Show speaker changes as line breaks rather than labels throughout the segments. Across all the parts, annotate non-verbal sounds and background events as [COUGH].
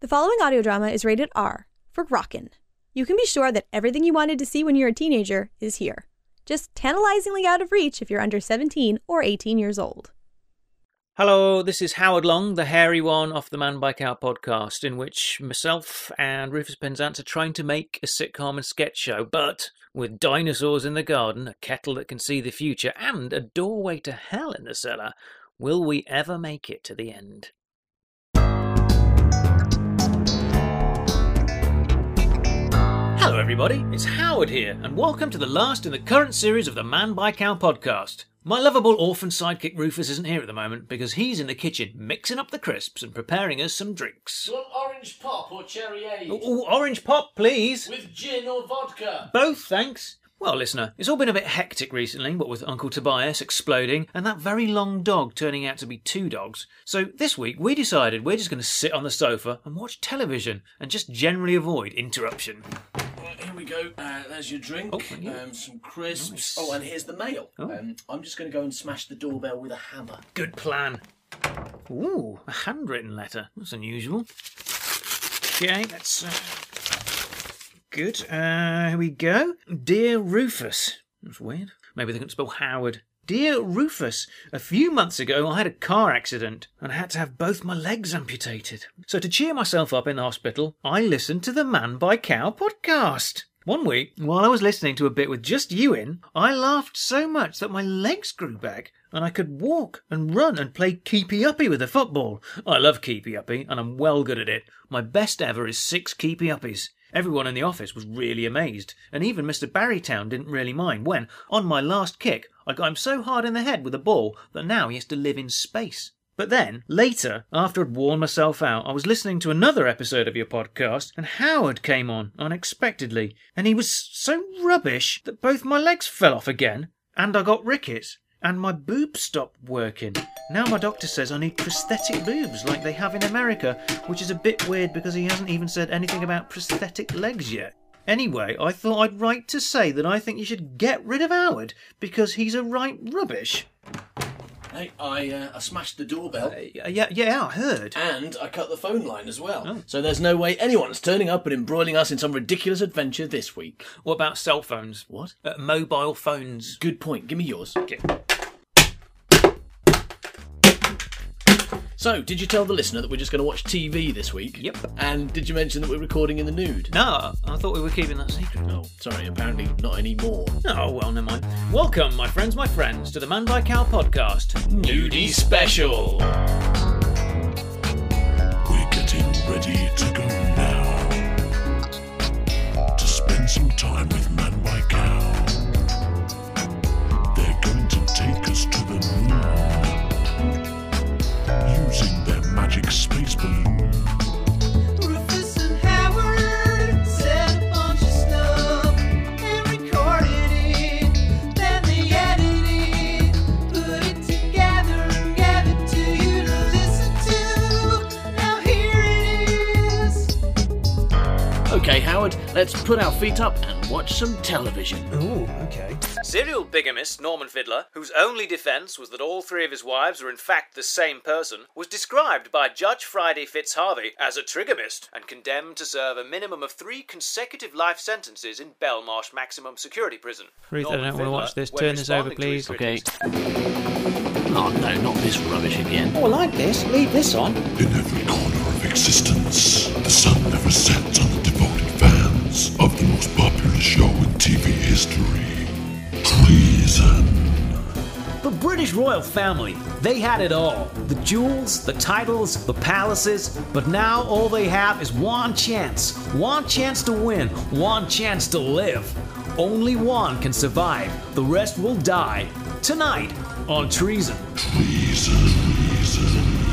The following audio drama is rated R for rockin'. You can be sure that everything you wanted to see when you were a teenager is here. Just tantalizingly out of reach if you're under 17 or 18 years old.
Hello, this is Howard Long, the hairy one off the Man Bike Out podcast, in which myself and Rufus Penzance are trying to make a sitcom and sketch show, but with dinosaurs in the garden, a kettle that can see the future, and a doorway to hell in the cellar. Will we ever make it to the end? Hello, everybody. It's Howard here, and welcome to the last in the current series of the Man by Cow podcast. My lovable orphan sidekick Rufus isn't here at the moment because he's in the kitchen mixing up the crisps and preparing us some drinks.
Do you want orange pop or cherry aid?
Ooh, orange pop, please.
With gin or vodka?
Both, thanks. Well, listener, it's all been a bit hectic recently, what with Uncle Tobias exploding and that very long dog turning out to be two dogs. So this week we decided we're just going to sit on the sofa and watch television and just generally avoid interruption.
Right, here we go. Uh, there's your drink.
Oh, thank you.
um, some crisps.
Nice.
Oh, and here's the mail.
Oh.
Um, I'm just going to go and smash the doorbell with a hammer.
Good plan. Ooh, a handwritten letter. That's unusual. Okay, that's uh, good. Uh, here we go. Dear Rufus. That's weird. Maybe they couldn't spell Howard. Dear Rufus, a few months ago I had a car accident and I had to have both my legs amputated. So to cheer myself up in the hospital, I listened to the Man by Cow podcast. One week, while I was listening to a bit with just you in, I laughed so much that my legs grew back and I could walk and run and play keepy uppy with a football. I love keepy uppy and I'm well good at it. My best ever is six keepy uppies. Everyone in the office was really amazed, and even Mr. Barrytown didn't really mind when, on my last kick, I got him so hard in the head with a ball that now he has to live in space. But then, later, after I'd worn myself out, I was listening to another episode of your podcast, and Howard came on unexpectedly, and he was so rubbish that both my legs fell off again, and I got rickets, and my boobs stopped working. Now my doctor says I need prosthetic boobs like they have in America, which is a bit weird because he hasn't even said anything about prosthetic legs yet. Anyway, I thought I'd write to say that I think you should get rid of Howard because he's a right rubbish.
Hey, I, uh, I smashed the doorbell.
Uh, yeah, yeah, I heard.
And I cut the phone line as well.
Oh.
So there's no way anyone's turning up and embroiling us in some ridiculous adventure this week.
What about cell phones?
What?
Uh, mobile phones.
Good point. Give me yours.
Okay.
So, did you tell the listener that we're just going to watch TV this week?
Yep.
And did you mention that we're recording in the nude?
No, I thought we were keeping that secret.
Oh, sorry. Apparently not anymore.
Oh, well, never mind. Welcome, my friends, my friends, to the Man by Cow podcast.
Nudie special.
We're getting ready to go now to spend some time with Man by Cow. They're going to take us to the moon using their magic space balloon.
Rufus and Howard said a bunch of stuff and recorded it. Then they edited it, put it together and gave it to you to listen to. Now here it is.
Okay, Howard, let's put our feet up and watch some television.
Ooh, okay. Serial bigamist Norman Fiddler, whose only defence was that all three of his wives were in fact the same person, was described by Judge Friday Fitzharvey as a trigamist and condemned to serve a minimum of three consecutive life sentences in Belmarsh Maximum Security Prison.
Ruth, I
Norman
don't wanna
Fiddler,
watch this.
when
Turn this over,
responding to his
please.
Okay.
critics-
Oh no, not this rubbish again.
Oh, I like this. Leave this on.
In every corner of existence, the sun never sets on the devoted fans of the most popular show in TV history, Treason.
The British royal family, they had it all the jewels, the titles, the palaces, but now all they have is one chance. One chance to win, one chance to live. Only one can survive, the rest will die. Tonight on Treason.
Treason, treason,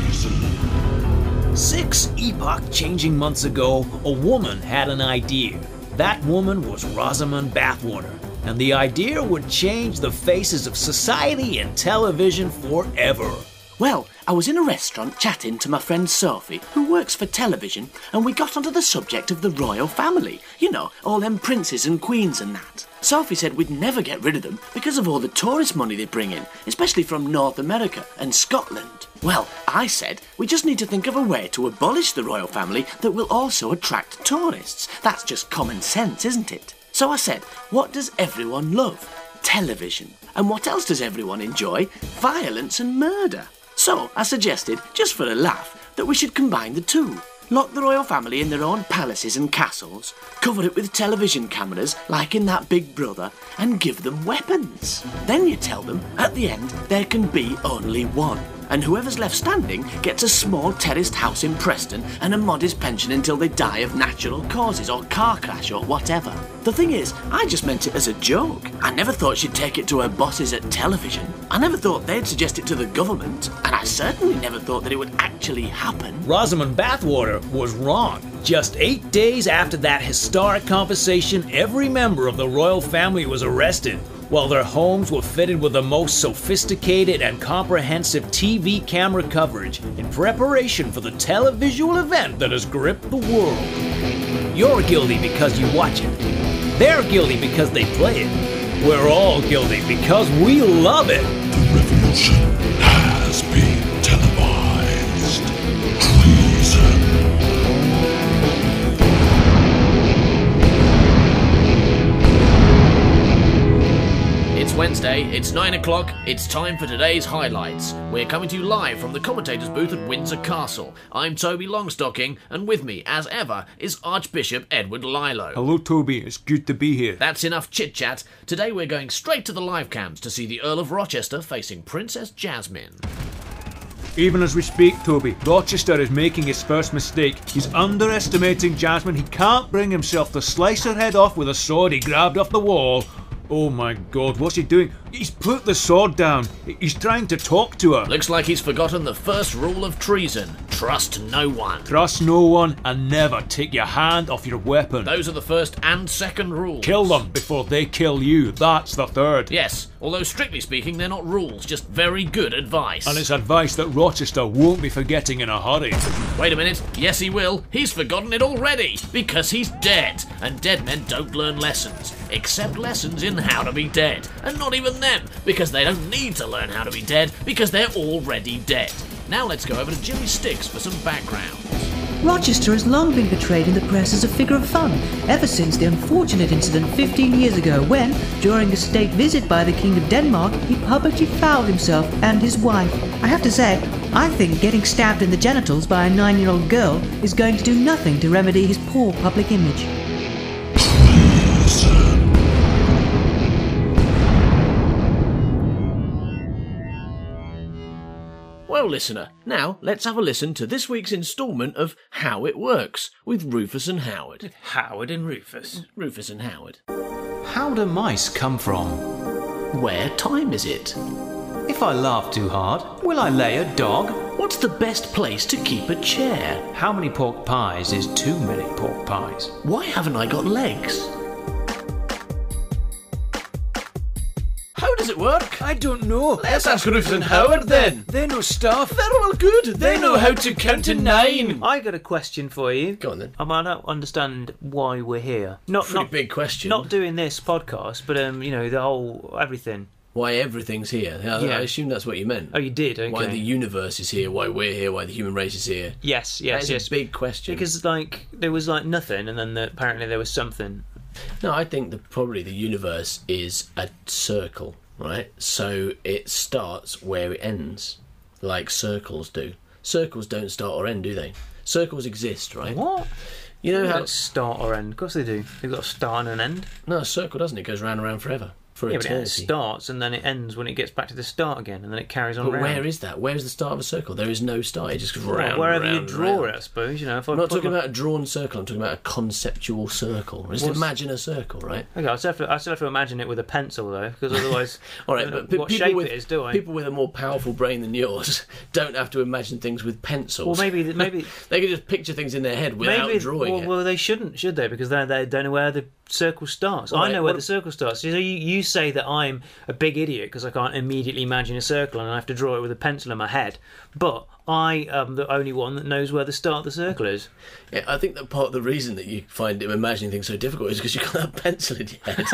treason.
Six epoch changing months ago, a woman had an idea. That woman was Rosamund Bathwater, and the idea would change the faces of society and television forever.
Well, I was in a restaurant chatting to my friend Sophie, who works for television, and we got onto the subject of the royal family. You know, all them princes and queens and that. Sophie said we'd never get rid of them because of all the tourist money they bring in, especially from North America and Scotland. Well, I said we just need to think of a way to abolish the royal family that will also attract tourists. That's just common sense, isn't it? So I said, what does everyone love? Television. And what else does everyone enjoy? Violence and murder. So I suggested, just for a laugh, that we should combine the two. Lock the royal family in their own palaces and castles, cover it with television cameras like in that Big Brother, and give them weapons. Then you tell them, at the end, there can be only one. And whoever's left standing gets a small terraced house in Preston and a modest pension until they die of natural causes or car crash or whatever. The thing is, I just meant it as a joke. I never thought she'd take it to her bosses at television. I never thought they'd suggest it to the government. And I certainly never thought that it would actually happen.
Rosamond Bathwater was wrong. Just eight days after that historic conversation, every member of the royal family was arrested, while their homes were fitted with the most sophisticated and comprehensive TV camera coverage in preparation for the televisual event that has gripped the world. You're guilty because you watch it. They're guilty because they play it. We're all guilty because we love it.
The revolution has been televised. Treason.
It's Wednesday, it's 9 o'clock, it's time for today's highlights. We're coming to you live from the commentator's booth at Windsor Castle. I'm Toby Longstocking, and with me, as ever, is Archbishop Edward Lilo.
Hello, Toby. It's good to be here.
That's enough chit chat. Today we're going straight to the live cams to see the Earl of Rochester facing Princess Jasmine.
Even as we speak, Toby, Rochester is making his first mistake. He's underestimating Jasmine. He can't bring himself to slice her head off with a sword he grabbed off the wall. Oh my god, what's he doing? He's put the sword down. He's trying to talk to her.
Looks like he's forgotten the first rule of treason trust no one.
Trust no one and never take your hand off your weapon.
Those are the first and second rules.
Kill them before they kill you. That's the third.
Yes, although strictly speaking, they're not rules, just very good advice.
And it's advice that Rochester won't be forgetting in a hurry.
Wait a minute. Yes, he will. He's forgotten it already because he's dead. And dead men don't learn lessons, except lessons in how to be dead. And not even them, because they don't need to learn how to be dead because they're already dead. Now let's go over to Jimmy Sticks for some background.
Rochester has long been portrayed in the press as a figure of fun, ever since the unfortunate incident 15 years ago when, during a state visit by the King of Denmark, he publicly fouled himself and his wife. I have to say, I think getting stabbed in the genitals by a nine year old girl is going to do nothing to remedy his poor public image.
Well, listener, now let's have a listen to this week's instalment of How It Works with Rufus and Howard.
Howard and Rufus.
Rufus and Howard.
How do mice come from?
Where time is it?
If I laugh too hard, will I lay a dog?
What's the best place to keep a chair?
How many pork pies is too many pork pies?
Why haven't I got legs? How does it work?
I don't know.
Let's ask Rufus and Howard then.
They know stuff.
They're all good. They know how to count to nine.
I got a question for you.
Go on then.
Um, I don't understand why we're here. Not
Pretty
not
big question.
not doing this podcast, but um, you know the whole everything.
why everything's here. I, I
Yeah.
assume that's what you meant.
Oh, you did. Okay.
Why the universe is here, why we're here, why the human race is here.
yes, yes,
That's
yes.
a big question.
because like there was like nothing, and then the, apparently there was something.
No, I think that probably the universe is a circle, right? So it starts where it ends, like circles do. Circles don't start or end, do they? Circles exist, right?
What?
You know
They
how?
don't start or end. Of course they do. They've got a start and an end.
No, a circle doesn't. It goes round and round forever for
Yeah, but it
eternity.
starts and then it ends when it gets back to the start again, and then it carries on.
But
round.
where is that? Where's the start of a circle? There is no start. It just goes
Well,
round.
wherever
round,
you draw
round.
it, I suppose. You know, if I
I'm not
put
talking
my-
about a drawn circle. I'm talking about a conceptual circle. Just
What's-
imagine a circle, right?
Okay, I still, have to, I still have to imagine it with a pencil though,
[LAUGHS]
because otherwise,
All right,
I
but
don't know
pe-
what
people
shape
with
it is, do I?
people with a more powerful brain than yours [LAUGHS] don't have to imagine things with pencils.
Well, maybe th- maybe
they can just picture things in their head without
maybe
drawing
well,
it.
well, they shouldn't, should they? Because they they don't know where the circle starts.
Well,
I
they-
know where
what-
the circle starts. So you you say that I'm a big idiot because I can't immediately imagine a circle and I have to draw it with a pencil in my head, but I am the only one that knows where the start of the circle is.
Yeah, I think that part of the reason that you find imagining things so difficult is because you can't have a pencil in your head.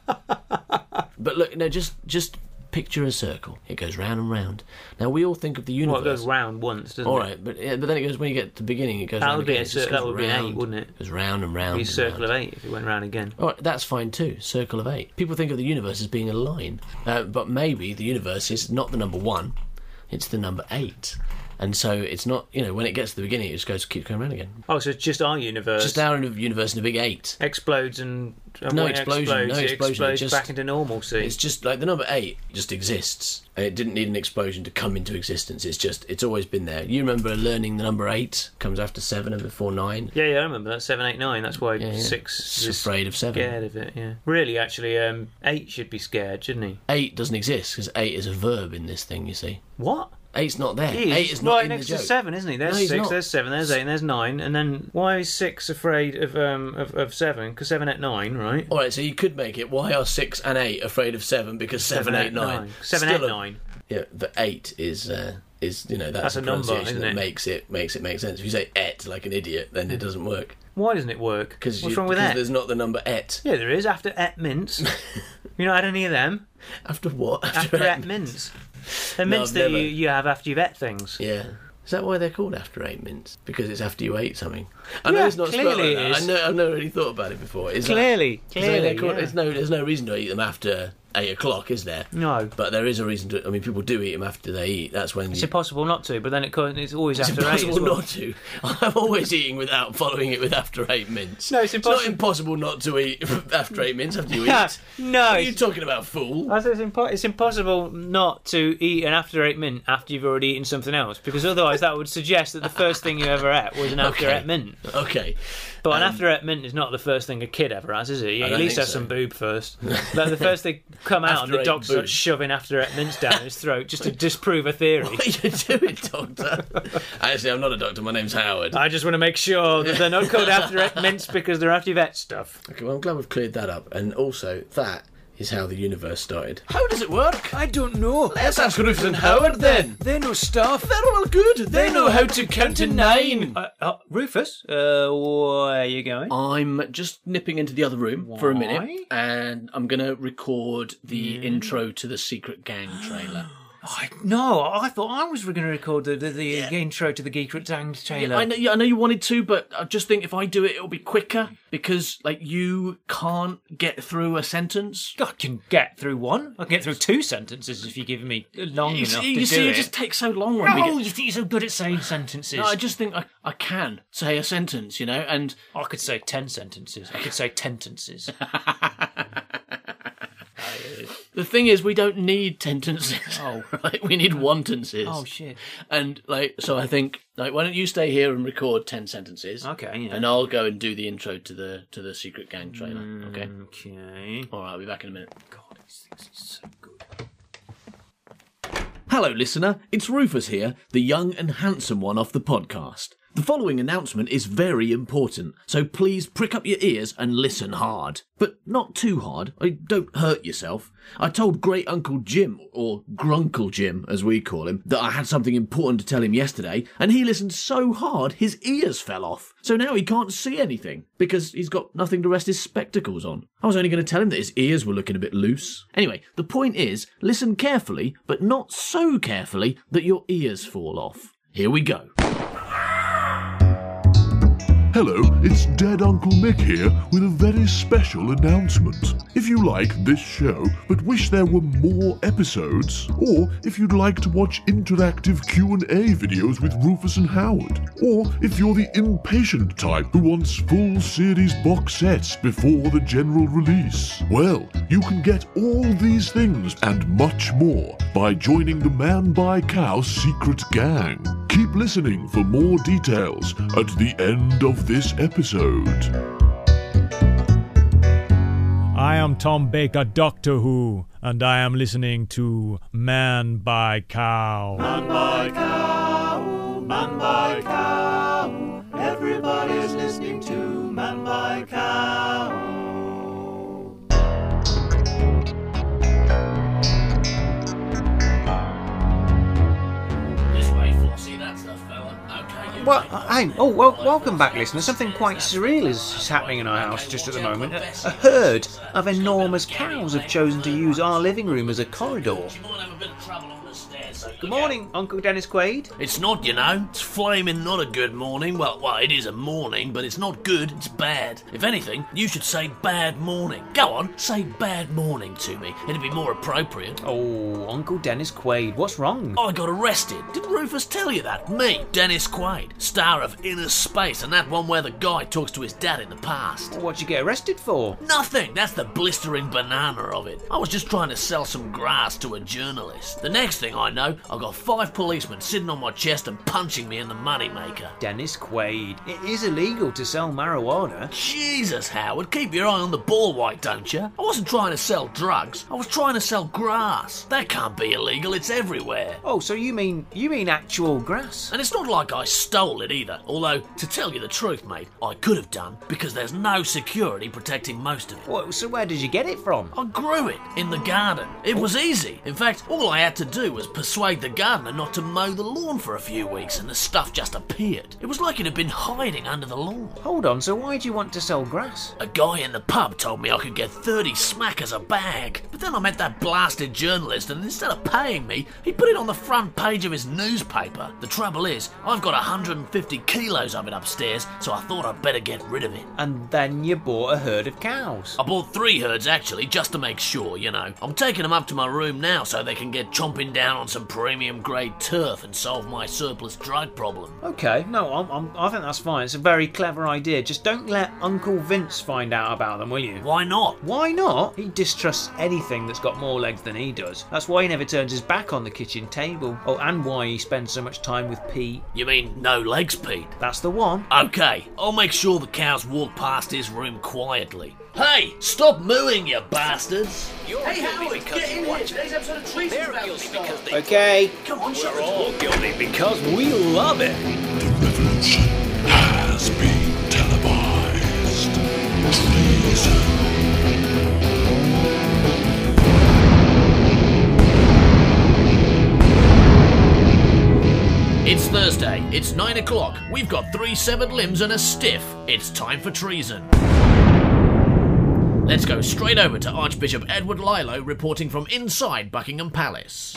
[LAUGHS] But look, now just just picture a circle. It goes round and round. Now we all think of the
Well, it
universe.
goes round once, doesn't
all
it?
right, but yeah, but then it goes when you get to the beginning. It goes.
That
round
would be
again.
a
It just
cir- that
goes
would be an eight,
round,
wouldn't it?
Goes round and round.
Be a
and
circle
round.
of eight if it went round again.
All right, that's fine too. Circle of eight. People think of the universe as being a line, uh, but maybe the universe is not the number one; it's the number eight. And so it's not, you know, when it gets to the beginning, it just goes keeps going round again.
Oh, so it's just our universe
Just our universe in a big eight.
explodes and, and
No
when it
explosion,
explodes,
no
it
explosion, it
explodes
just-
back into normalcy.
It's just like the number eight just exists. It didn't need an explosion to come into existence. It's just it's always been there. You remember learning the number eight comes after seven and before nine.
Yeah, yeah, I remember that seven, eight, nine. That's why
Yeah, yeah.
six
It's
is
afraid of seven.
scared of it. Yeah, really, actually, um, eight should be scared, shouldn't he?
Eight doesn't exist because eight is a verb in this thing. You see,
What?
eight's not there.
He
Eight is not
right
in
next
the joke.
to seven, isn't he? There's
No, he's
six,
not.
there's seven, there's eight, and there's nine. And then why is six afraid of um of, of seven? Because seven at nine, right?
All right, so you could make it. Why are six and eight afraid of seven? Because seven, eight, nine.
Seven,
Still
eight,
a-
nine.
Yeah, the eight is uh, is you know that's,
That's a
the
number,
pronunciation
isn't
that
it?
makes it makes it make sense. If you say et like an idiot, then it doesn't work
Why doesn't it work?
because
What's wrong with that?
there's not the number et.
Yeah, there is after
[LAUGHS]
et mints. you not had any of them
After what?
after
et
et
[LAUGHS]
mints. The
No,
mints
I've
that you,
never.
you have after you've et things.
Yeah. Is that why they're called after eight mints? Because it's after you ate something. I know
Yeah,
it's not spelled
clearly
like
it
that. I
is.
know I've never really thought about it before. Is that-
Clearly,
is that
clearly,
they're called-
yeah.
it's no, there's no reason to eat them after eight o'clock, is there?
No.
But there is a reason to. I mean, people do eat them after they eat. That's when.
It's
you-
impossible not to, but then it co- it's always
it's
after eight.
impossible
as well.
not to. [LAUGHS] I'm always eating without following it with after eight mints.
No, it's
It's
impossible-
not impossible not to eat [LAUGHS] after eight mints after you eat.
[LAUGHS] Yeah, [LAUGHS] no,
What are you
it's-
talking about, fool?
I said it's, impo- it's impossible not to eat an after eight mint after you've already eaten something else, because otherwise that would suggest that the first thing you ever ate was an after
Okay.
eight mint.
Okay.
But an after eight mint is not the first thing a kid ever has, is it? You
I
at
don't
least
think
have
so.
some boob
[LAUGHS]
first. like the first they come out, and
After
the
eight
dog starts
boob.
shoving after eight mints down his throat
[LAUGHS]
just to disprove a theory.
What are you doing, doctor? Actually, I'm not a doctor. My name's Howard.
I just want to make sure that they're not called after eight mints because they're after you've ate stuff.
Okay, well, I'm glad we've cleared that up. And also, that is how the universe started.
How does it work? I don't know.
Let's ask Rufus and Howard then.
They know stuff.
They're all good. They know how to count to nine.
Uh, uh, Rufus, uh, where are you going?
I'm just nipping into the other room for a minute, and I'm gonna record the intro to the Secret Gang [GASPS] trailer.
I, no, I thought I was going to record the, the, the intro to the Geek at Dang trailer.
I know, yeah, I know you wanted to, but I just think if I do it, it'll be quicker because like you can't get through a sentence.
I can get through one. I can get through two sentences if you give me long
You,
enough
see,
to
you
do
see,
it.
it just takes so long when we
oh,
get
you think you're so good at saying sentences?
No, I just think I, I can say a sentence, you know, and
I could say ten sentences. I could say tentences.
the thing is, we don't need tentences.
[LAUGHS] Oh.
[LAUGHS] right? We need one tenses.
[LAUGHS] oh shit!
And like, so I think, like, why don't you stay here and record ten sentences?
Okay, yeah.
And I'll go and do the intro to the to the Secret Gang trailer. Okay.
Mm. Okay.
All right, I'll be back in a minute.
God, these things are so good.
Hello, listener. It's Rufus here, the young and handsome one off the podcast. The following announcement is very important, so please prick up your ears and listen hard. But not too hard. I don't hurt yourself. I told Great Uncle Jim, or Grunkle Jim as we call him, that I had something important to tell him yesterday, and he listened so hard his ears fell off. So now he can't see anything, because he's got nothing to rest his spectacles on. I was only going to tell him that his ears were looking a bit loose. Anyway, the point is listen carefully, but not so carefully that your ears fall off. Here we go.
Hello, it's Dead Uncle Mick here with a very special announcement. If you like this show but wish there were more episodes, or if you'd like to watch interactive Q&A videos with Rufus and Howard, or if you're the impatient type who wants full series box sets before the general release, well, you can get all these things and much more by joining the Man by Cow Secret Gang. Keep listening for more details at the end of this episode.
I am Tom Baker, Doctor Who, and I am listening to Man by Cow.
This way, Flossie, that's the fella. Okay, you
Well, hang. Oh, well, welcome back, listeners. Something quite surreal is is happening in our house just at the moment. A a herd of enormous cows have chosen to use our living room as a corridor. Good morning, Uncle Dennis Quaid.
It's not, you know. It's flaming not a good morning. Well, well, it is a morning, but it's not good. It's bad. If anything, you should say bad morning. Go on, say bad morning to me. It'd be more appropriate.
Oh, Uncle Dennis Quaid, what's wrong?
I got arrested. Did Rufus tell you that? Me, Dennis Quaid, star of Inner Space, and that one where the guy talks to his dad in the past.
What'd you get arrested for?
Nothing. That's the blistering banana of it. I was just trying to sell some grass to a journalist. The next thing I know, I got five policemen sitting on my chest and punching me in the moneymaker.
Dennis Quaid. It is illegal to sell marijuana.
Jesus, Howard, keep your eye on the ball, why don't you? I wasn't trying to sell drugs. I was trying to sell grass. That can't be illegal. It's everywhere.
Oh, so you mean you mean actual grass?
And it's not like I stole it either, although, to tell you the truth, mate, I could have done because there's no security protecting most of it.
Well, so where did you get it from?
I grew it in the garden. It was easy. In fact, all I had to do was persuade the gardener not to mow the lawn for a few weeks, and the stuff just appeared. It was like it had been hiding under the lawn.
Hold on, so why do you want to sell grass?
A guy in the pub told me I could get 30 smackers a bag, but then I met that blasted journalist, and instead of paying me, he put it on the front page of his newspaper. The trouble is, I've got 150 kilos of it upstairs, so I thought I'd better get rid of it.
And then you bought a herd of cows.
I bought three herds actually, just to make sure, you know. I'm taking them up to my room now so they can get chomping down on some premium grade turf and solve my surplus drug problem.
Okay, no, I'm, I'm, I think that's fine. It's a very clever idea. Just don't let Uncle Vince find out about them, will you?
Why not?
Why not? He distrusts anything that's got more legs than he does. That's why he never turns his back on the kitchen table. Oh, and why he spends so much time with Pete.
You mean no legs, Pete?
That's the one.
Okay, I'll make sure the cows walk past his room quietly. Hey, stop mooing, you bastards! hey, Howie, get in here. Today's episode of Trees is about this stuff.
Okay.
Come on, Sharon.
Because we love it.
The revolution has been televised. Treason.
It's Thursday. It's nine o'clock. We've got three severed limbs and a stiff. It's time for treason. Let's go straight over to Archbishop Edward Lilo reporting from inside Buckingham Palace.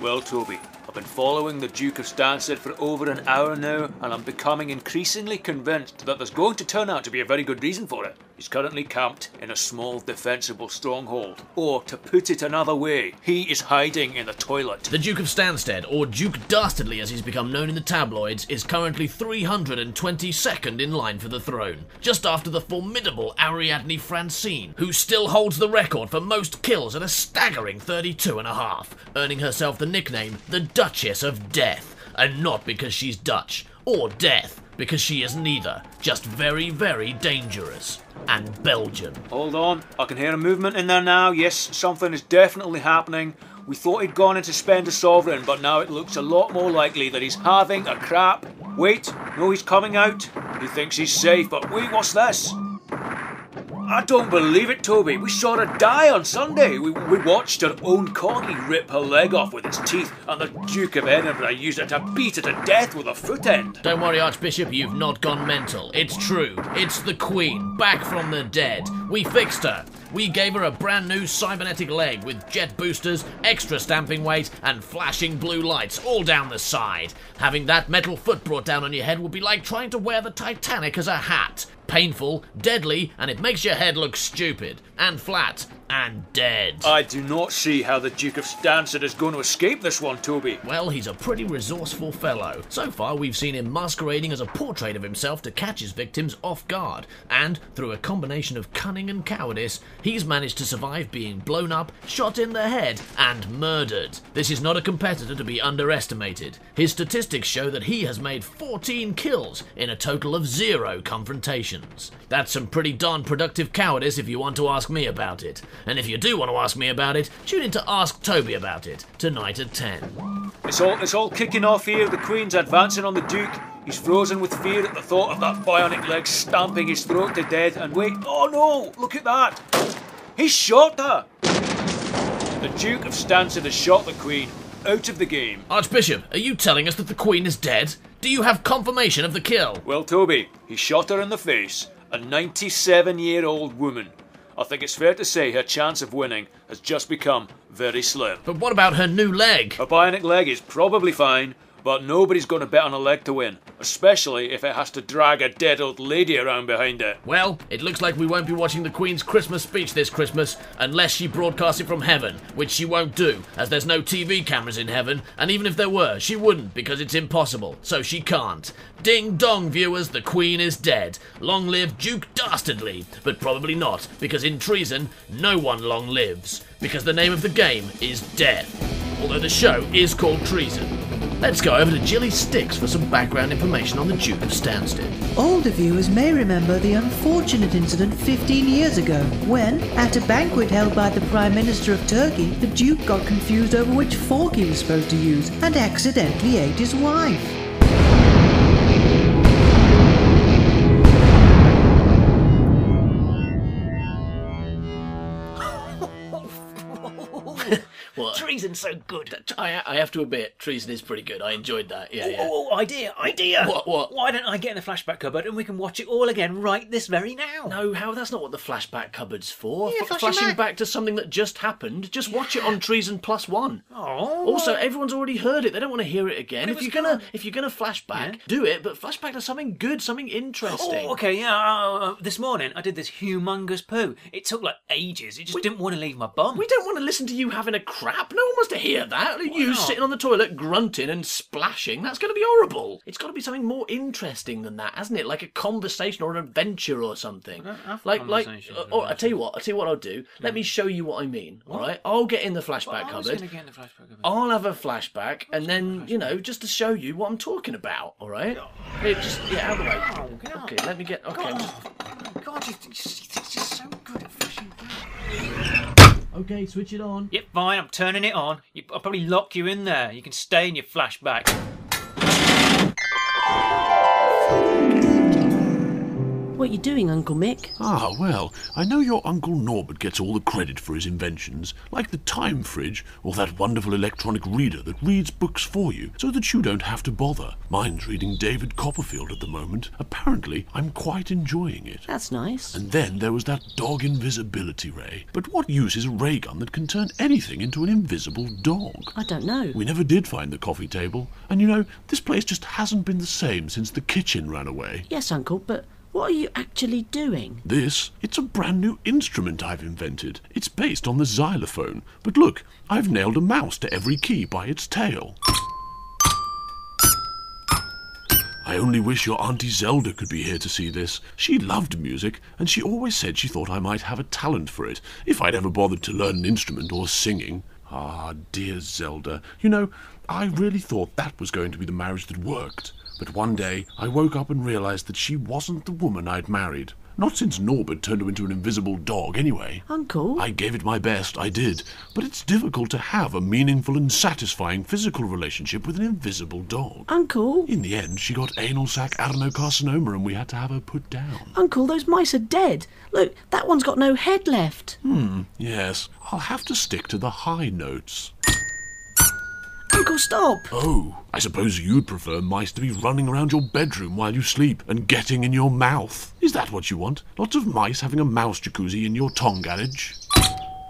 Well, Toby, I've been following the Duke of Stansted for over an hour now, and I'm becoming increasingly convinced that there's going to turn out to be a very good reason for it. He's currently camped in a small defensible stronghold, or to put it another way, he is hiding in the toilet.
The Duke of Stansted, or Duke Dastardly as he's become known in the tabloids, is currently 322nd in line for the throne, just after the formidable Ariadne Francine, who still holds the record for most kills at a staggering 32 and a half, earning herself the nickname the Duchess of Death, and not because she's Dutch, or death, because she is neither, just very, very dangerous. And Belgian.
Hold on, I can hear a movement in there now. Yes, something is definitely happening. We thought he'd gone in to spend a sovereign, but now it looks a lot more likely that he's having a crap. Wait, no, he's coming out. He thinks he's safe, but wait, what's this? I don't believe it, Toby. We saw her die on Sunday. We, we watched her own corgi rip her leg off with his teeth, and the Duke of Edinburgh used it to beat her to death with a foot end.
Don't worry, Archbishop, you've not gone mental. It's true. It's the Queen, back from the dead. We fixed her. We gave her a brand new cybernetic leg with jet boosters, extra stamping weight, and flashing blue lights all down the side. Having that metal foot brought down on your head would be like trying to wear the Titanic as a hat. Painful, deadly, and it makes your head look stupid, and flat, and dead.
I do not see how the Duke of Stansted is going to escape this one, Toby.
Well, he's a pretty resourceful fellow. So far, we've seen him masquerading as a portrait of himself to catch his victims off guard, and through a combination of cunning and cowardice, he's managed to survive being blown up, shot in the head, and murdered. This is not a competitor to be underestimated. His statistics show that he has made 14 kills in a total of zero confrontations. That's some pretty darn productive cowardice if you want to ask me about it. And if you do want to ask me about it, tune in to Ask Toby About It tonight at 10.
It's all it's all kicking off here. The Queen's advancing on the Duke. He's frozen with fear at the thought of that bionic leg stamping his throat to death. And wait, oh no! Look at that! He shot her. The Duke of Stansted has shot the Queen out of the game.
Archbishop, are you telling us that the Queen is dead? Do you have confirmation of the kill?
Well, Toby, he shot her in the face, a 97 year old woman. I think it's fair to say her chance of winning has just become very slim.
But what about her new leg?
A bionic leg is probably fine, but nobody's going to bet on a leg to win, especially if it has to drag a dead old lady around behind it.
Well, it looks like we won't be watching the Queen's Christmas speech this Christmas unless she broadcasts it from heaven, which she won't do, as there's no TV cameras in heaven, and even if there were, she wouldn't because it's impossible, so she can't. Ding dong, viewers, the Queen is dead. Long live Duke Dastardly, but probably not, because in treason, no one long lives, because the name of the game is death. Although the show is called Treason. Let's go over to Jilly Sticks for some background information on the Duke of Stansted.
Older viewers may remember the unfortunate incident 15 years ago when, at a banquet held by the Prime Minister of Turkey, the Duke got confused over which fork he was supposed to use and accidentally ate his wife.
What?
Treason's so good.
I, I have to admit, treason is pretty good. I enjoyed that. Yeah, yeah.
Oh, oh, idea, idea.
What, what?
Why don't I get in the flashback cupboard and we can watch it all again right this very now?
No, Howard, that's not what the flashback cupboard's for.
Yeah,
F-
flash it
flashing
back.
back. to something that just happened. Just watch it on Treason Plus One.
Oh.
Also, everyone's already heard it. They don't want to hear it again.
But it
if
was
you're gonna,
gone.
if you're gonna flashback, do it. But flashback to something good, something interesting.
Oh, okay, yeah. Uh, uh, this morning I did this humongous poo. It took like ages. It just didn't want to leave my bum.
We don't want to listen to you having a crap. No one wants to hear that. you
not?
sitting on the toilet grunting and splashing. That's going to be horrible. It's got to be something more interesting than that, hasn't it? Like a conversation or an adventure or something. Like, like,
conversations
uh, or I tell you what, I tell you what I'll do. Let me show you what I mean. All right, I'll get in the flashback
I was
cupboard.
gonna get in the flashback cupboard.
I'll have a flashback, and then you know, just to show you what I'm talking about. All right? Here, just get out
Oh,
of the way. Okay, let me get. Okay, I'm just-
God, you just so good at flashing back.
okay, switch it on.
Yep, fine. I'm turning it on. You, I'll probably lock you in there. You can stay in your flashback.
What you doing, Uncle Mick?
Ah, well, I know your Uncle Norbert gets all the credit for his inventions, like the time fridge or that wonderful electronic reader that reads books for you so that you don't have to bother. Mine's reading David Copperfield at the moment. Apparently, I'm quite enjoying it.
That's nice.
And then there was that dog invisibility ray. But what use is a ray gun that can turn anything into an invisible dog?
I don't know.
We never did find the coffee table, and you know, this place just hasn't been the same since the kitchen ran away.
Yes, Uncle, but what are you actually doing?
This, it's a brand new instrument I've invented. It's based on the xylophone, but look, I've nailed a mouse to every key by its tail. I only wish your Auntie Zelda could be here to see this. She loved music, and she always said she thought I might have a talent for it, if I'd ever bothered to learn an instrument or singing. Ah, dear Zelda, you know, I really thought that was going to be the marriage that worked. But one day, I woke up and realized that she wasn't the woman I'd married. Not since Norbert turned her into an invisible dog, anyway.
Uncle?
I gave it my best, I did, but it's difficult to have a meaningful and satisfying physical relationship with an invisible dog.
Uncle?
In the end, she got anal sac adenocarcinoma and we had to have her put down.
Uncle, those mice are dead. Look, that one's got no head left.
Yes, I'll have to stick to the high notes.
Uncle, stop!
Oh, I suppose you'd prefer mice to be running around your bedroom while you sleep and getting in your mouth. Is that what you want? Lots of mice having a mouse jacuzzi in your tongue garage?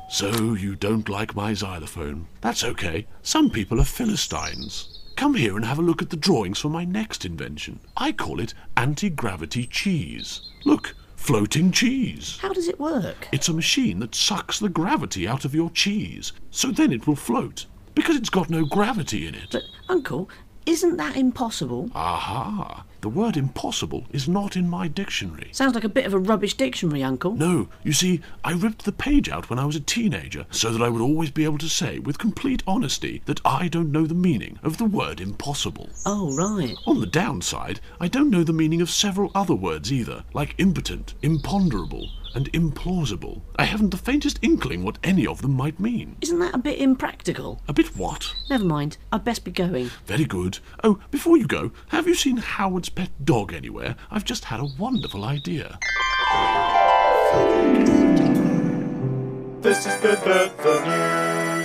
So you don't like my xylophone. That's okay. Some people are Philistines. Come here and have a look at the drawings for my next invention. I call it anti-gravity cheese. Look, floating cheese.
How does it work?
It's a machine that sucks the gravity out of your cheese, so then it will float, because it's got no gravity in it.
But, Uncle, isn't that impossible?
Aha! The word impossible is not in my dictionary.
Sounds like a bit of a rubbish dictionary, Uncle.
No, you see, I ripped the page out when I was a teenager so that I would always be able to say with complete honesty that I don't know the meaning of the word impossible.
Oh, right.
On the downside, I don't know the meaning of several other words either, like impotent, imponderable, and implausible. I haven't the faintest inkling what any of them might mean.
Isn't that a bit impractical?
A bit what?
Never mind. I'd best be going.
Very good. Oh, before you go, have you seen Howard's pet dog anywhere? I've just had a wonderful idea.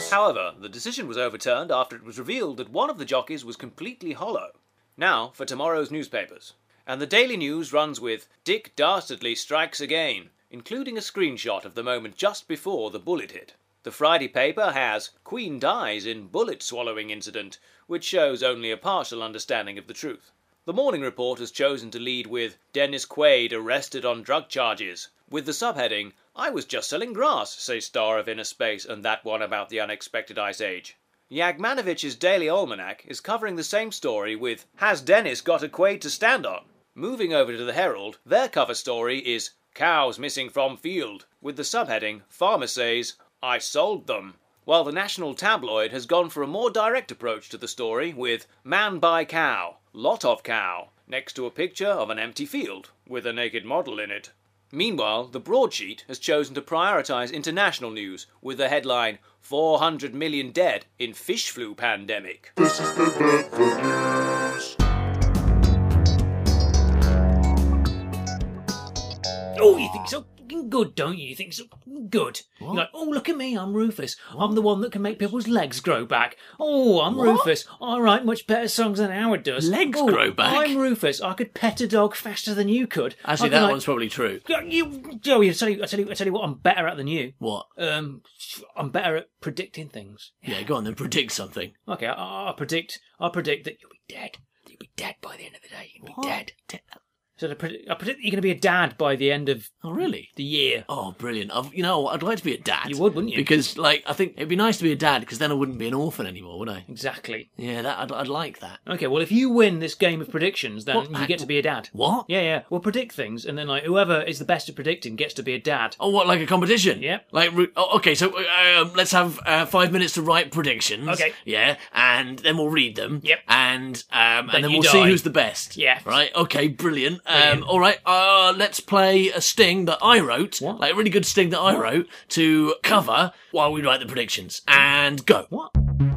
However, the decision was overturned after it was revealed that one of the jockeys was completely hollow. Now for tomorrow's newspapers. And the Daily News runs with Dick Dastardly Strikes Again, including a screenshot of the moment just before the bullet hit. The Friday paper has Queen Dies in Bullet Swallowing Incident, which shows only a partial understanding of the truth. The Morning Report has chosen to lead with Dennis Quaid arrested on drug charges, with the subheading I was just selling grass, says Star of Inner Space and that one about the unexpected ice age. Yagmanovich's Daily Almanac is covering the same story with Has Dennis got a Quaid to stand on? Moving over to the Herald, their cover story is Cows Missing from Field, with the subheading Farmer Says, I Sold Them. While the National Tabloid has gone for a more direct approach to the story with Man by Cow, Lot of Cow, next to a picture of an empty field, with a naked model in it. Meanwhile, the broadsheet has chosen to prioritise international news with the headline 400 million dead in fish flu pandemic.
Oh, you think so fucking good, don't you? You think so fucking good. You're like, oh, look at me, I'm Rufus. I'm the one that can make people's legs grow back. Oh, I'm
What?
Rufus. I write much better songs than Howard does.
Legs
Oh,
grow back?
I'm Rufus. I could pet a dog faster than you could.
Actually,
I'd be
that
like,
one's probably true.
"Yeah, You, Joey, I tell you, I tell you, I tell you what, I'm better at than you.
What?
Um, I'm better at predicting things.
Yeah, go on then, [LAUGHS] predict something.
Okay, I, I- I predict, I predict that you'll be dead. You'll be dead by the end of the day. You'll be dead. So I predict, I predict that you're going to be a dad by the end of.
Oh, really?
The year.
Oh, brilliant. I've, you know, I'd like to be a dad. You
would, wouldn't you?
Because, like, I think it'd be nice to be a dad because then I wouldn't be an orphan anymore, would I?
Exactly.
Yeah, that, I'd, I'd like that.
Okay, well, if you win this game of predictions, then
What?
you get to be a dad.
What?
Yeah, yeah. We'll predict things, and then like whoever is the best at predicting gets to be a dad.
Oh, what, like a competition?
Yeah.
Like, re- oh, okay, so uh, um, let's have uh, five minutes to write predictions.
Okay.
Yeah, and then we'll read them.
Yep.
And um,
Then
and then
you
we'll see
die.
who's the best.
Yeah.
Right. Okay. Brilliant. Um, all right. Uh, let's play a sting that I wrote, like a really good sting that I wrote to cover while we write the predictions. And go.
What?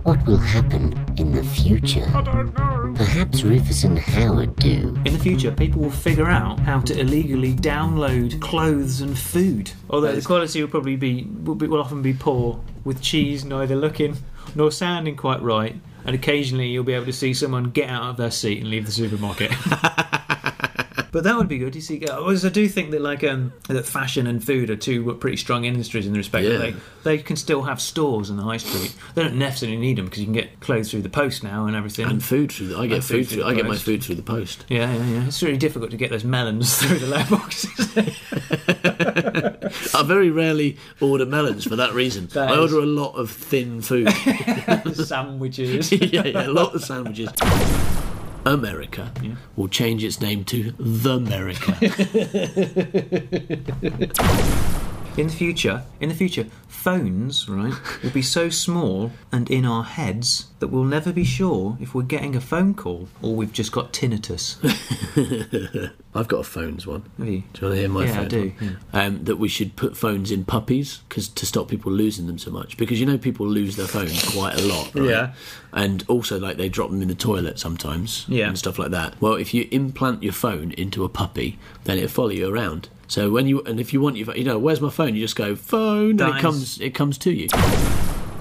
What will happen in the future? I don't know. Perhaps Rufus and Howard do.
In the future, people will figure out how to illegally download clothes and food. Although the quality will probably be will, be, will often be poor, with cheese neither looking nor sounding quite right. And occasionally, you'll be able to see someone get out of their seat and leave the supermarket. [LAUGHS] But that would be good. You see, uh, whereas I do think that like um, that fashion and food are two pretty strong industries in the respect
Yeah.
that they, they can still have stores in the high street. They don't necessarily need them because you can get clothes through the post now and everything.
And food through. The, I get
And
food through.
the
I get my
post.
food through the post.
Yeah, yeah, yeah. It's really difficult to get those melons [LAUGHS] through the letterboxes. [LAUGHS]
I very rarely order melons for that reason.
[LAUGHS] That
I
is-
order a lot of thin food.
[LAUGHS]
[LAUGHS]
sandwiches.
yeah, yeah, a lot of sandwiches. America will change its name to The
[LAUGHS]
America.
In the future, in the future, phones, right, will be so small and in our heads that we'll never be sure if we're getting a phone call or we've just got [LAUGHS] tinnitus.
I've got a phones one.
Have you?
Do you want to hear my
Yeah, I
phone?
do,
one? Um, that we should put phones in puppies because to stop people losing them so much. Because you know people lose their phones quite a lot. Right?
Yeah.
And also like they drop them in the toilet sometimes.
Yeah.
And stuff like that. Well, if you implant your phone into a puppy, then it'll follow you around. So when you and if you want your pho- you know where's my phone? You just go phone and
That
it
is-
comes it comes to you.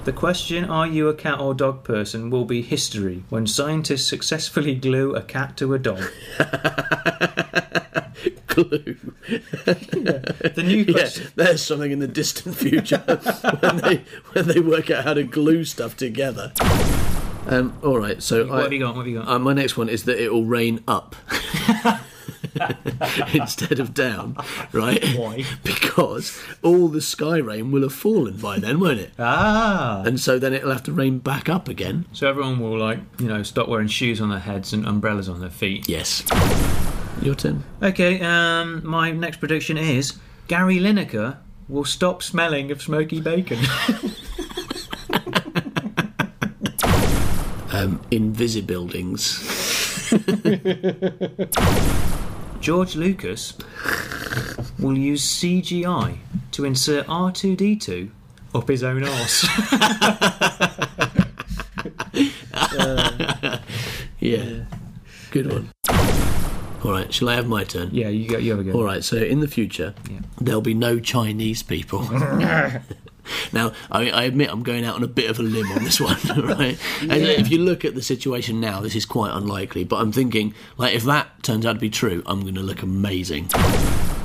The question, are you a cat or dog person, will be history when scientists successfully glue a cat to a
[LAUGHS]
dog. [LAUGHS]
glue. [LAUGHS]
The new
question. there's something in the distant future [LAUGHS] when they when they work out how to glue stuff together. Um, all right, so
What
I,
have you got? What have you got?
Uh, my next one is that it will rain up [LAUGHS] instead of down, right? Why? [LAUGHS] because all the sky rain will have fallen by then, won't it?
Ah.
And so then it'll have to rain back up again.
So everyone will like, you know, stop wearing shoes on their heads and umbrellas on their feet.
Yes. Your turn.
Okay, um my next prediction is Gary Lineker will stop smelling of smoky bacon. [LAUGHS]
Um, invisibuildings.
George Lucas will use CGI to insert R2D2 up his own arse.
Yeah. Good one. All right, shall I have my turn?
Yeah, you go. You have a go.
All right, so in the future, there'll be no Chinese people. Now, I, I admit I'm going out on a bit of a limb on this one, [LAUGHS] right? And
Yeah.
if you look at the situation now, this is quite unlikely. But I'm thinking, like, if that turns out to be true, I'm going to look amazing.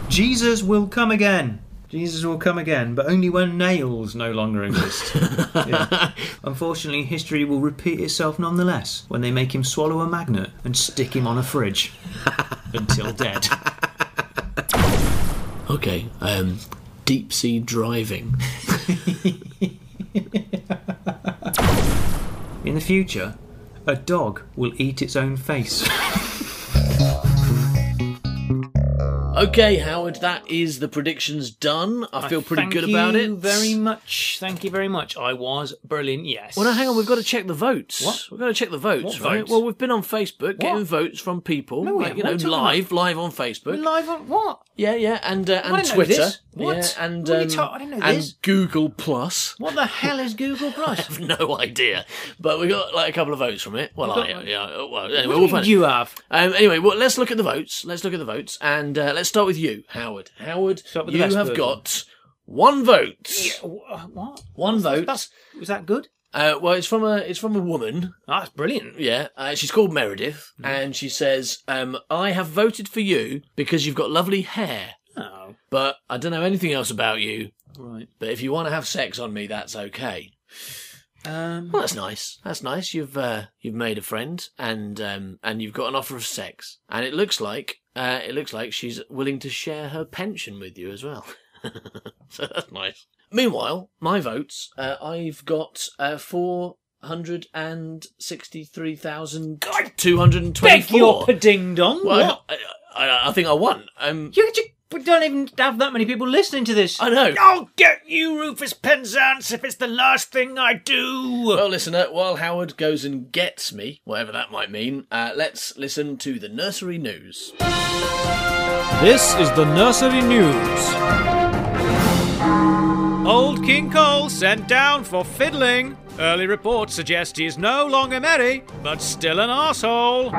Jesus will come again. Jesus will come again, but only when nails no
[LAUGHS]
longer exist. Yeah. Unfortunately, history will repeat itself nonetheless when they make him swallow a magnet and stick him on a
[LAUGHS]
fridge until dead.
Okay, um, deep sea driving.
In the future, a dog will eat its own face.
Okay, Howard, that is the predictions done. I feel pretty
thank
good about
you
it.
very much. Thank you very much. I was Berlin, yes.
Well, no, hang on. We've got to check the votes.
What?
We've got to check the votes,
What
right?
votes?
Well, we've been on Facebook getting votes from people,
No, we
like, you know,
haven't. What are you talking
live, live on Facebook.
Live on what?
Yeah, yeah, and uh,
I
and
didn't know
Twitter.
this. What?
Yeah, and
What are you
um,
ta- I didn't know
and
this.
Google Plus. [LAUGHS]
What the hell is Google Plus?
I have no idea, but we got like a couple of votes from it. Well,
We've
I,
got-
yeah, uh, well,
What
anyway,
do you
we'll
mean
find
you
[LAUGHS]
have?
Um, anyway, well, let's look at the votes. Let's look at the votes, and uh, let's start with you, Howard. Howard,
with the
you
best
have
person.
got one vote.
what?
One vote.
was that good? Ah,
Uh, well, it's from a it's from a woman.
that's brilliant. Mm-hmm.
Yeah, uh, she's called Meredith, and she says, um, "I have voted for you because you've got lovely hair,
Oh.
but I don't know anything else about you.
Right.
But if you want to have sex on me, that's okay."
Um,
Well, that's nice. That's nice. You've uh, you've made a friend, and um, and you've got an offer of sex, and it looks like uh, it looks like she's willing to share her pension with you as well. [LAUGHS] so that's nice. Meanwhile, my votes. Uh, I've got uh, four hundred and sixty-three thousand two hundred and
Beg your
twenty-four.
ding dong.
Well, I, I, I, I think I won. Um,
You ju- we don't even have that many people listening to this.
I know.
I'll get you, Rufus Penzance, if it's the last thing I do.
Well, listener, while Howard goes and gets me, whatever that might mean, uh, let's listen to the nursery news.
This is the nursery news.
Old King Cole sent down for fiddling. Early reports suggest he is no longer merry, but still an asshole.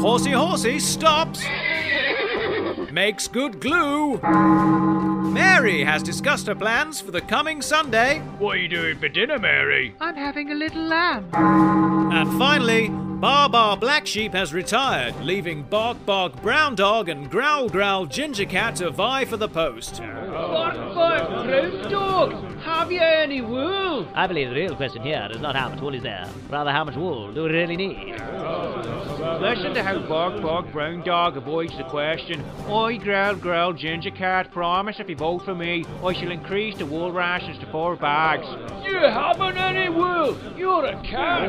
Horsey Horsey stops. Makes good glue. Mary has discussed her plans for the coming Sunday. What are you doing for dinner, Mary?
I'm having a little lamb.
And finally, Bar Bar Black Sheep has retired, leaving Bark Bark Brown Dog and Growl Growl Ginger Cat to vie for the post.
Bark, bark, brown dog. Have you any wool?
I believe the real question here is not how much wool is there, rather how much wool do we really need?
Listen to how Bark Bark Brown Dog avoids the question. I growl growl ginger cat promise if you vote for me, I shall increase the wool rations to four bags.
You haven't any wool. You're a cat.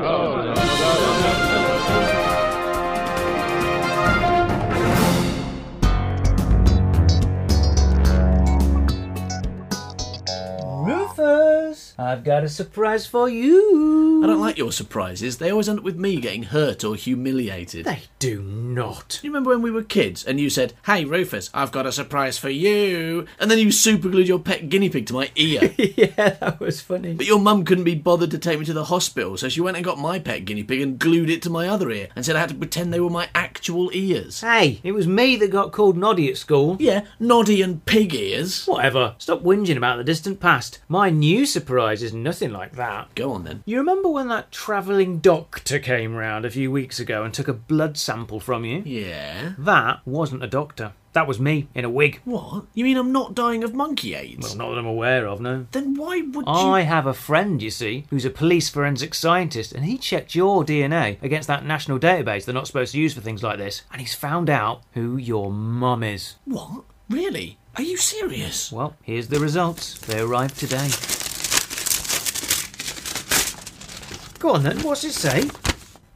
Rufus, I've got a surprise for you.
I don't like your surprises. They always end up with me getting hurt or humiliated.
They do not.
You remember when we were kids and you said, Hey Rufus, I've got a surprise for you and then you superglued your pet guinea pig to my ear.
[LAUGHS] yeah, that was funny.
But your mum couldn't be bothered to take me to the hospital, so she went and got my pet guinea pig and glued it to my other ear and said I had to pretend they were my actual ears.
Hey, it was me that got called Noddy at school.
Yeah, Noddy and pig ears.
Whatever. Stop whinging about the distant past. My new surprise is nothing like that.
Go on then.
You remember when that travelling doctor came round a few weeks ago and took a blood sample from you?
Yeah.
That wasn't a doctor. That was me in a wig.
What? You mean I'm not dying of monkey AIDS?
Well, not that I'm aware of, no.
Then why would
I
you
have a friend, you see, who's a police forensic scientist, and he checked your DNA against that national database they're not supposed to use for things like this, and he's found out who your mum is.
What? Really? Are you serious?
Well, here's the results. They arrived today. Go on then, what's it say?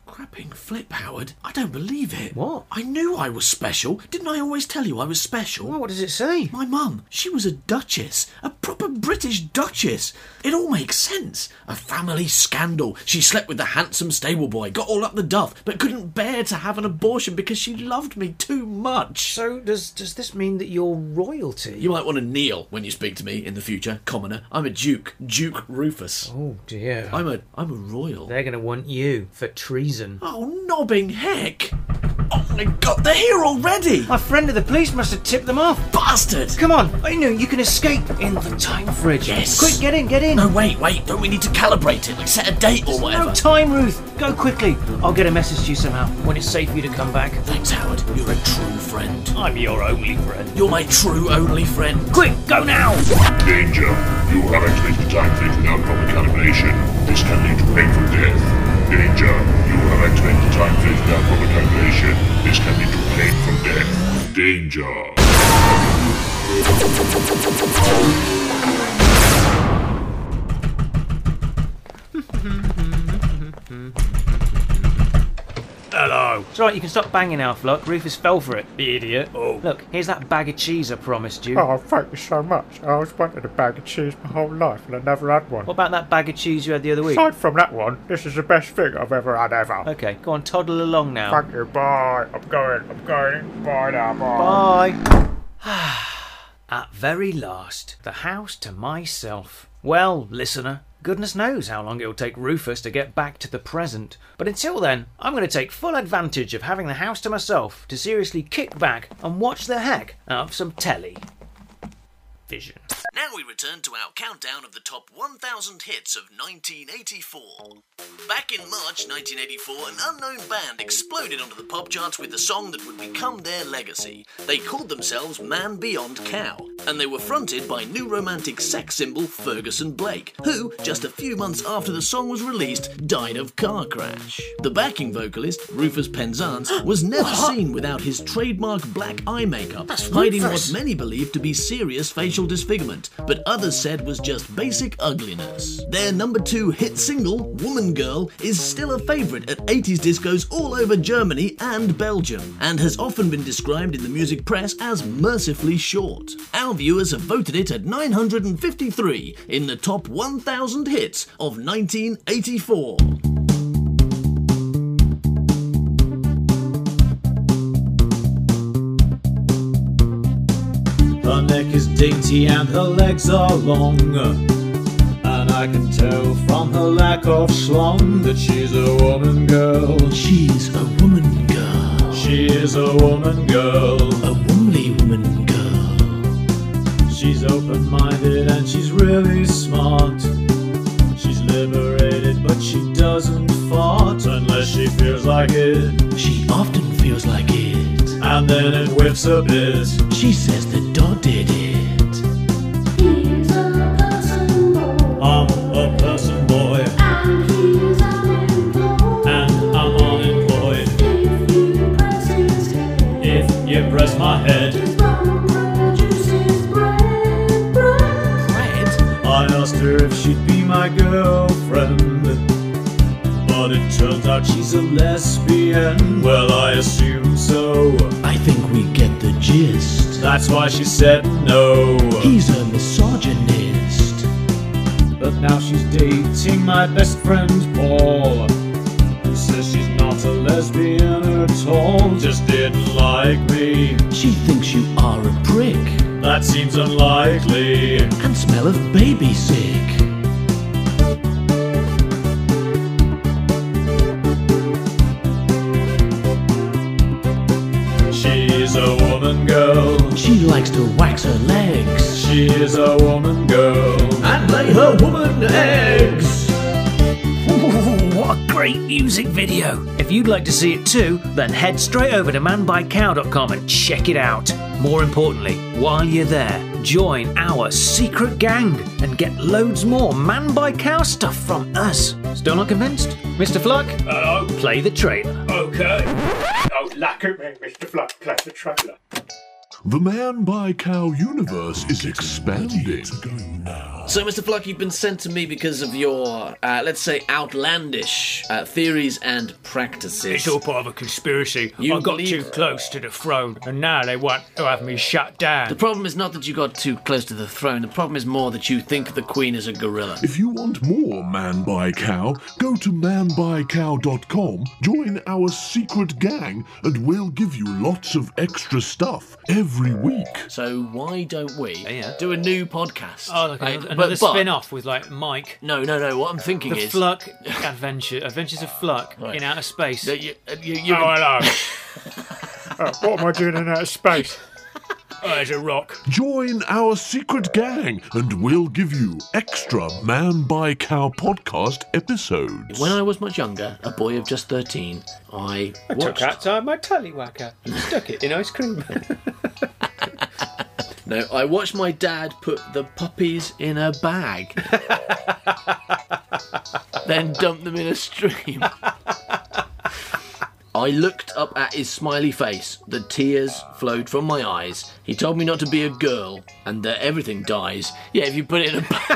Crapping flip, Howard. I don't believe it.
What?
I knew I was special. Didn't I always tell you I was special? Well,
what does it say?
My mum. She was a duchess. A proper British duchess. It all makes sense. A family scandal. She slept with the handsome stable boy, got all up the duff, but couldn't bear to have an abortion because she loved me too much.
So does does this mean that you're royalty?
You might want to kneel when you speak to me in the future, commoner. I'm a duke, Duke Rufus.
Oh dear.
I'm a I'm a royal.
They're gonna want you for treason.
Oh, knobbing heck!
I got the hero already!
My friend of the police must have tipped them off.
Bastard!
Come on, I know you can escape in the time fridge.
Yes.
Quick, get in, get in.
No, wait, wait. Don't we need to calibrate it? Like set a date or whatever?
No time, Ruth. Go quickly. I'll get a message to you somehow when it's safe for you to come back.
Thanks, Howard. You're a true friend.
I'm your only friend.
You're my true only friend.
Quick, go now!
Danger! You have activated the time fridge without proper calibration. This can lead to painful death. Danger! You have activated the time fridge without proper calibration. This can lead to painful death. Danger!
Hello. It's alright, you can stop banging now, Fluck. Rufus fell for it, the idiot. Oh. Look, here's that bag of cheese I promised you.
Oh, thank you so much. I always wanted a bag of cheese my whole life and I never had one.
What about that bag of cheese you had the other week?
Aside from that one, this is the best thing I've ever had ever.
Okay, go on, toddle along now.
Thank you, bye. I'm going, I'm going. Bye now, bye.
Bye. [SIGHS] At very last, the house to myself. Well, listener, goodness knows how long it'll take Rufus to get back to the present. But until then, I'm going to take full advantage of having the house to myself to seriously kick back and watch the heck out of some telly. Vision.
Now we return to our countdown of the top 1,000 hits of 1984. Back in March 1984, an unknown band exploded onto the pop charts with the song that would become their legacy. They called themselves Man Beyond Cow, and they were fronted by new romantic sex symbol Ferguson Blake, who, just a few months after the song was released, died of car crash. The backing vocalist, Rufus Penzance, was never seen without his trademark black eye makeup, hiding what
Rufus.
many believed to be serious facial disfigurement, but others said was just basic ugliness. Their number two hit single, Woman Girl, is still a favourite at 80s discos all over Germany and Belgium, and has often been described in the music press as mercifully short. Our viewers have voted it at 953 in the top 1000 hits of 1984.
Her neck is dainty and her legs are long. And I can tell from her lack of schlong that she's a woman girl. She's a woman girl. She is a woman girl. A womanly woman girl. She's open minded and she's really smart. She's liberated, but she doesn't fart unless she feels like it. She often feels like it. And then it whiffs a bit. She says the dog did it. I'm a person boy. And I'm unemployed. If you press my head. I asked her if she'd be my girlfriend. But it turns out she's a lesbian. Well, I assume so. I think we get the gist. That's why she said no. He's a misogynist. But now she's dating my best friend Paul. Who says she's not a lesbian at all, just didn't like me. She thinks you are a prick. That seems unlikely. And smell of baby sick. She's a woman girl. She likes to wax her legs. She is a woman girl. And lay her woman eggs.
what a great music video! If you'd like to see it too, then head straight over to manbycow.com and check it out. More importantly, while you're there, join our secret gang and get loads more Man by Cow stuff from us. Still not convinced? Mr. Fluck? Hello? Play the trailer.
Okay. Oh, lack of me, Mr. Flood, play the trailer.
The Man by Cow universe is expanding.
So, Mr. Fluck, you've been sent to me because of your, uh, let's say, outlandish uh, theories and practices.
It's all part of a conspiracy.
You
I got
believe-
too close to the throne, and now they want to have me shut down.
The problem is not that you got too close to the throne. The problem is more that you think the queen is a gorilla.
If you want more Man by Cow, go to manbycow.com, join our secret gang, and we'll give you lots of extra stuff every week.
So why don't we do a new podcast?
Oh, look, another,
Like,
another
but- but-
spin-off with like Mike.
No, no, no. What I'm thinking
the
is-
Fluck
[LAUGHS]
Adventure, Adventures of Fluck in outer space.
uh, you- you-
oh, hello.
Uh, what am I doing in outer space? Oh,
There's a rock.
Join our secret gang and we'll give you extra Man by Cow podcast episodes.
When I was much younger, a boy of just 13, I
I took
watched.
outside my tallywhacker and stuck it in ice [LAUGHS] cream.
No, I watched my dad put the puppies in a bag, then dump them in a stream. I looked up at his smiley face. The tears flowed from my eyes. He told me not to be a girl and that everything dies. Yeah, if you put it in a bag.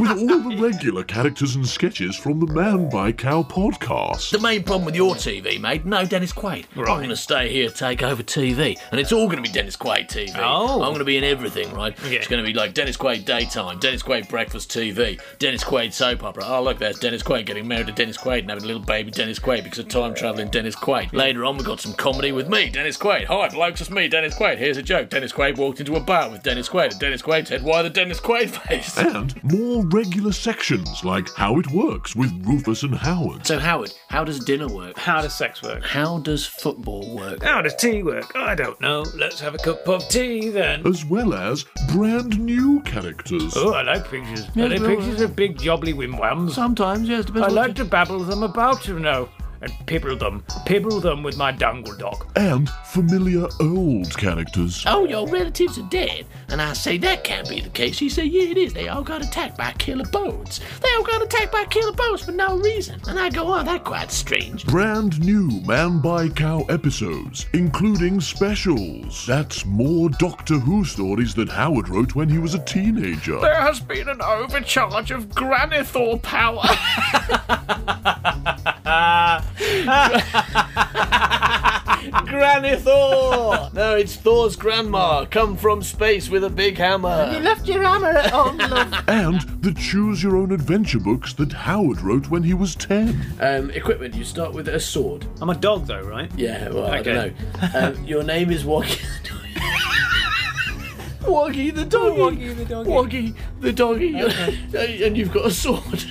With all the regular characters and sketches from the Man by Cow podcast.
The main problem with your TV, mate, no Dennis Quaid. I'm going to stay here, take over TV, and it's all going to be Dennis Quaid TV.
Oh.
I'm going to be in everything, right? It's going to be like Dennis Quaid daytime, Dennis Quaid breakfast TV, Dennis Quaid soap opera. Oh, look, there's Dennis Quaid getting married to Dennis Quaid and having a little baby Dennis Quaid because of time traveling Dennis Quaid. Later on, we got some comedy with me, Dennis Quaid. Hi, blokes, it's me, Dennis Quaid. Here's a joke. Dennis Quaid walked into a bar with Dennis Quaid, and Dennis Quaid said, "Why the Dennis Quaid
[LAUGHS]
face?"
And more regular sections like How It Works with Rufus and Howard.
So, Howard, how does dinner work?
How does sex work?
How does football work?
How does tea work? I don't know. Let's have a cup of tea then.
As well as brand new characters.
Oh, I like pictures.
Yeah,
I like
well,
pictures of big jobbly wimwams.
Sometimes, yes.
I like to babble them about, you know, and pibble them. Pibble them with my dangle dog.
And familiar old characters.
Oh, your relatives are dead. And I say, that can't be the case. You say, yeah, it is. They all got attacked by killer bones. They all got attacked by killer bones for no reason. And I go, oh, that's quite strange.
Brand new Man by Cow episodes, including specials. That's more Doctor Who stories that Howard wrote when he was a teenager.
There has been an overcharge of granithor power. [LAUGHS]
Granny Thor! no, it's Thor's grandma, come from space with a big hammer.
left your hammer at home, love.
And the Choose Your Own Adventure books that Howard wrote when he was 10.
Um, equipment, you start with a sword.
I'm a dog though, right?
Yeah, well, I
Okay.
don't know. [LAUGHS] Um, your name is Woggy. Woggy the doggy. Woggy the doggy. Woggy the doggy. [LAUGHS] and you've got a sword.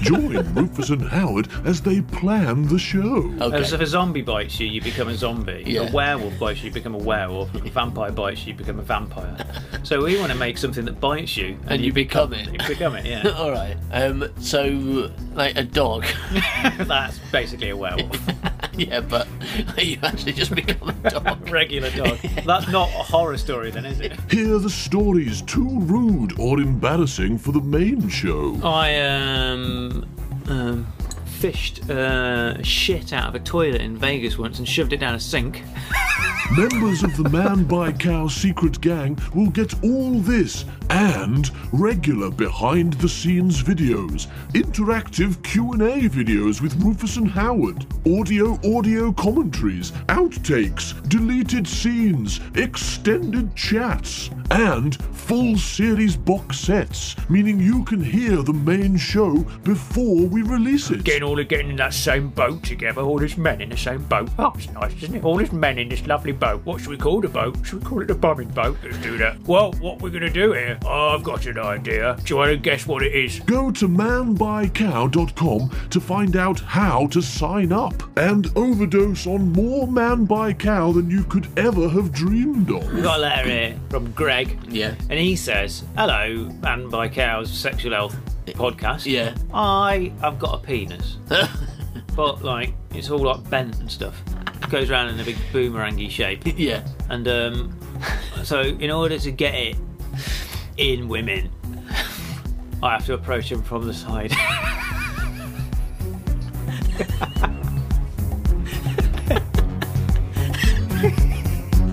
Join Rufus and Howard as they plan the show.
As if a zombie bites you, you become a zombie.
Yeah.
A werewolf bites you, you become a werewolf. a vampire bites you, you become
[LAUGHS]
a vampire. so we want to make something that bites you, and,
And you become it.
You become it, [LAUGHS] yeah.
All right. Um, so, like a dog. [LAUGHS]
That's basically a [LAUGHS] werewolf.
yeah, but [LAUGHS] you actually just become a [LAUGHS] dog.
Regular dog. That's not a horror story, then, is it?
Hear the stories too rude or embarrassing for the main show.
I um, um fished uh, shit out of a toilet in Vegas once and shoved it down a sink.
Members of the Man by Cow Secret Gang will get all this and regular behind the scenes videos, interactive Q&A videos with Rufus and Howard, audio audio commentaries, outtakes, deleted scenes, extended chats, and full series box sets, meaning you can hear the main show before we release it.
Getting all getting in that same boat together, all these men in the same boat. Oh, it's nice, isn't it? All these men in this lovely boat. What should we call the boat? Should we call it the bombing boat? Let's do that. Well, what we're gonna do here? Oh, I've got an idea. Do you want to guess what it is?
Go to manbycow.com to find out how to sign up and overdose on more Man by Cow than you could ever have dreamed
We've
of.
got a letter here from Greg.
Yeah.
And he says, Hello, Man by Cow's Sexual Health podcast.
Yeah. [LAUGHS]
I have got a penis. but, like, it's all like bent and stuff. It goes around in a big boomerangy shape.
Yeah.
And, um, so in order to get it in women, [LAUGHS] I have to approach them from the side.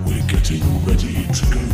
We're getting ready to go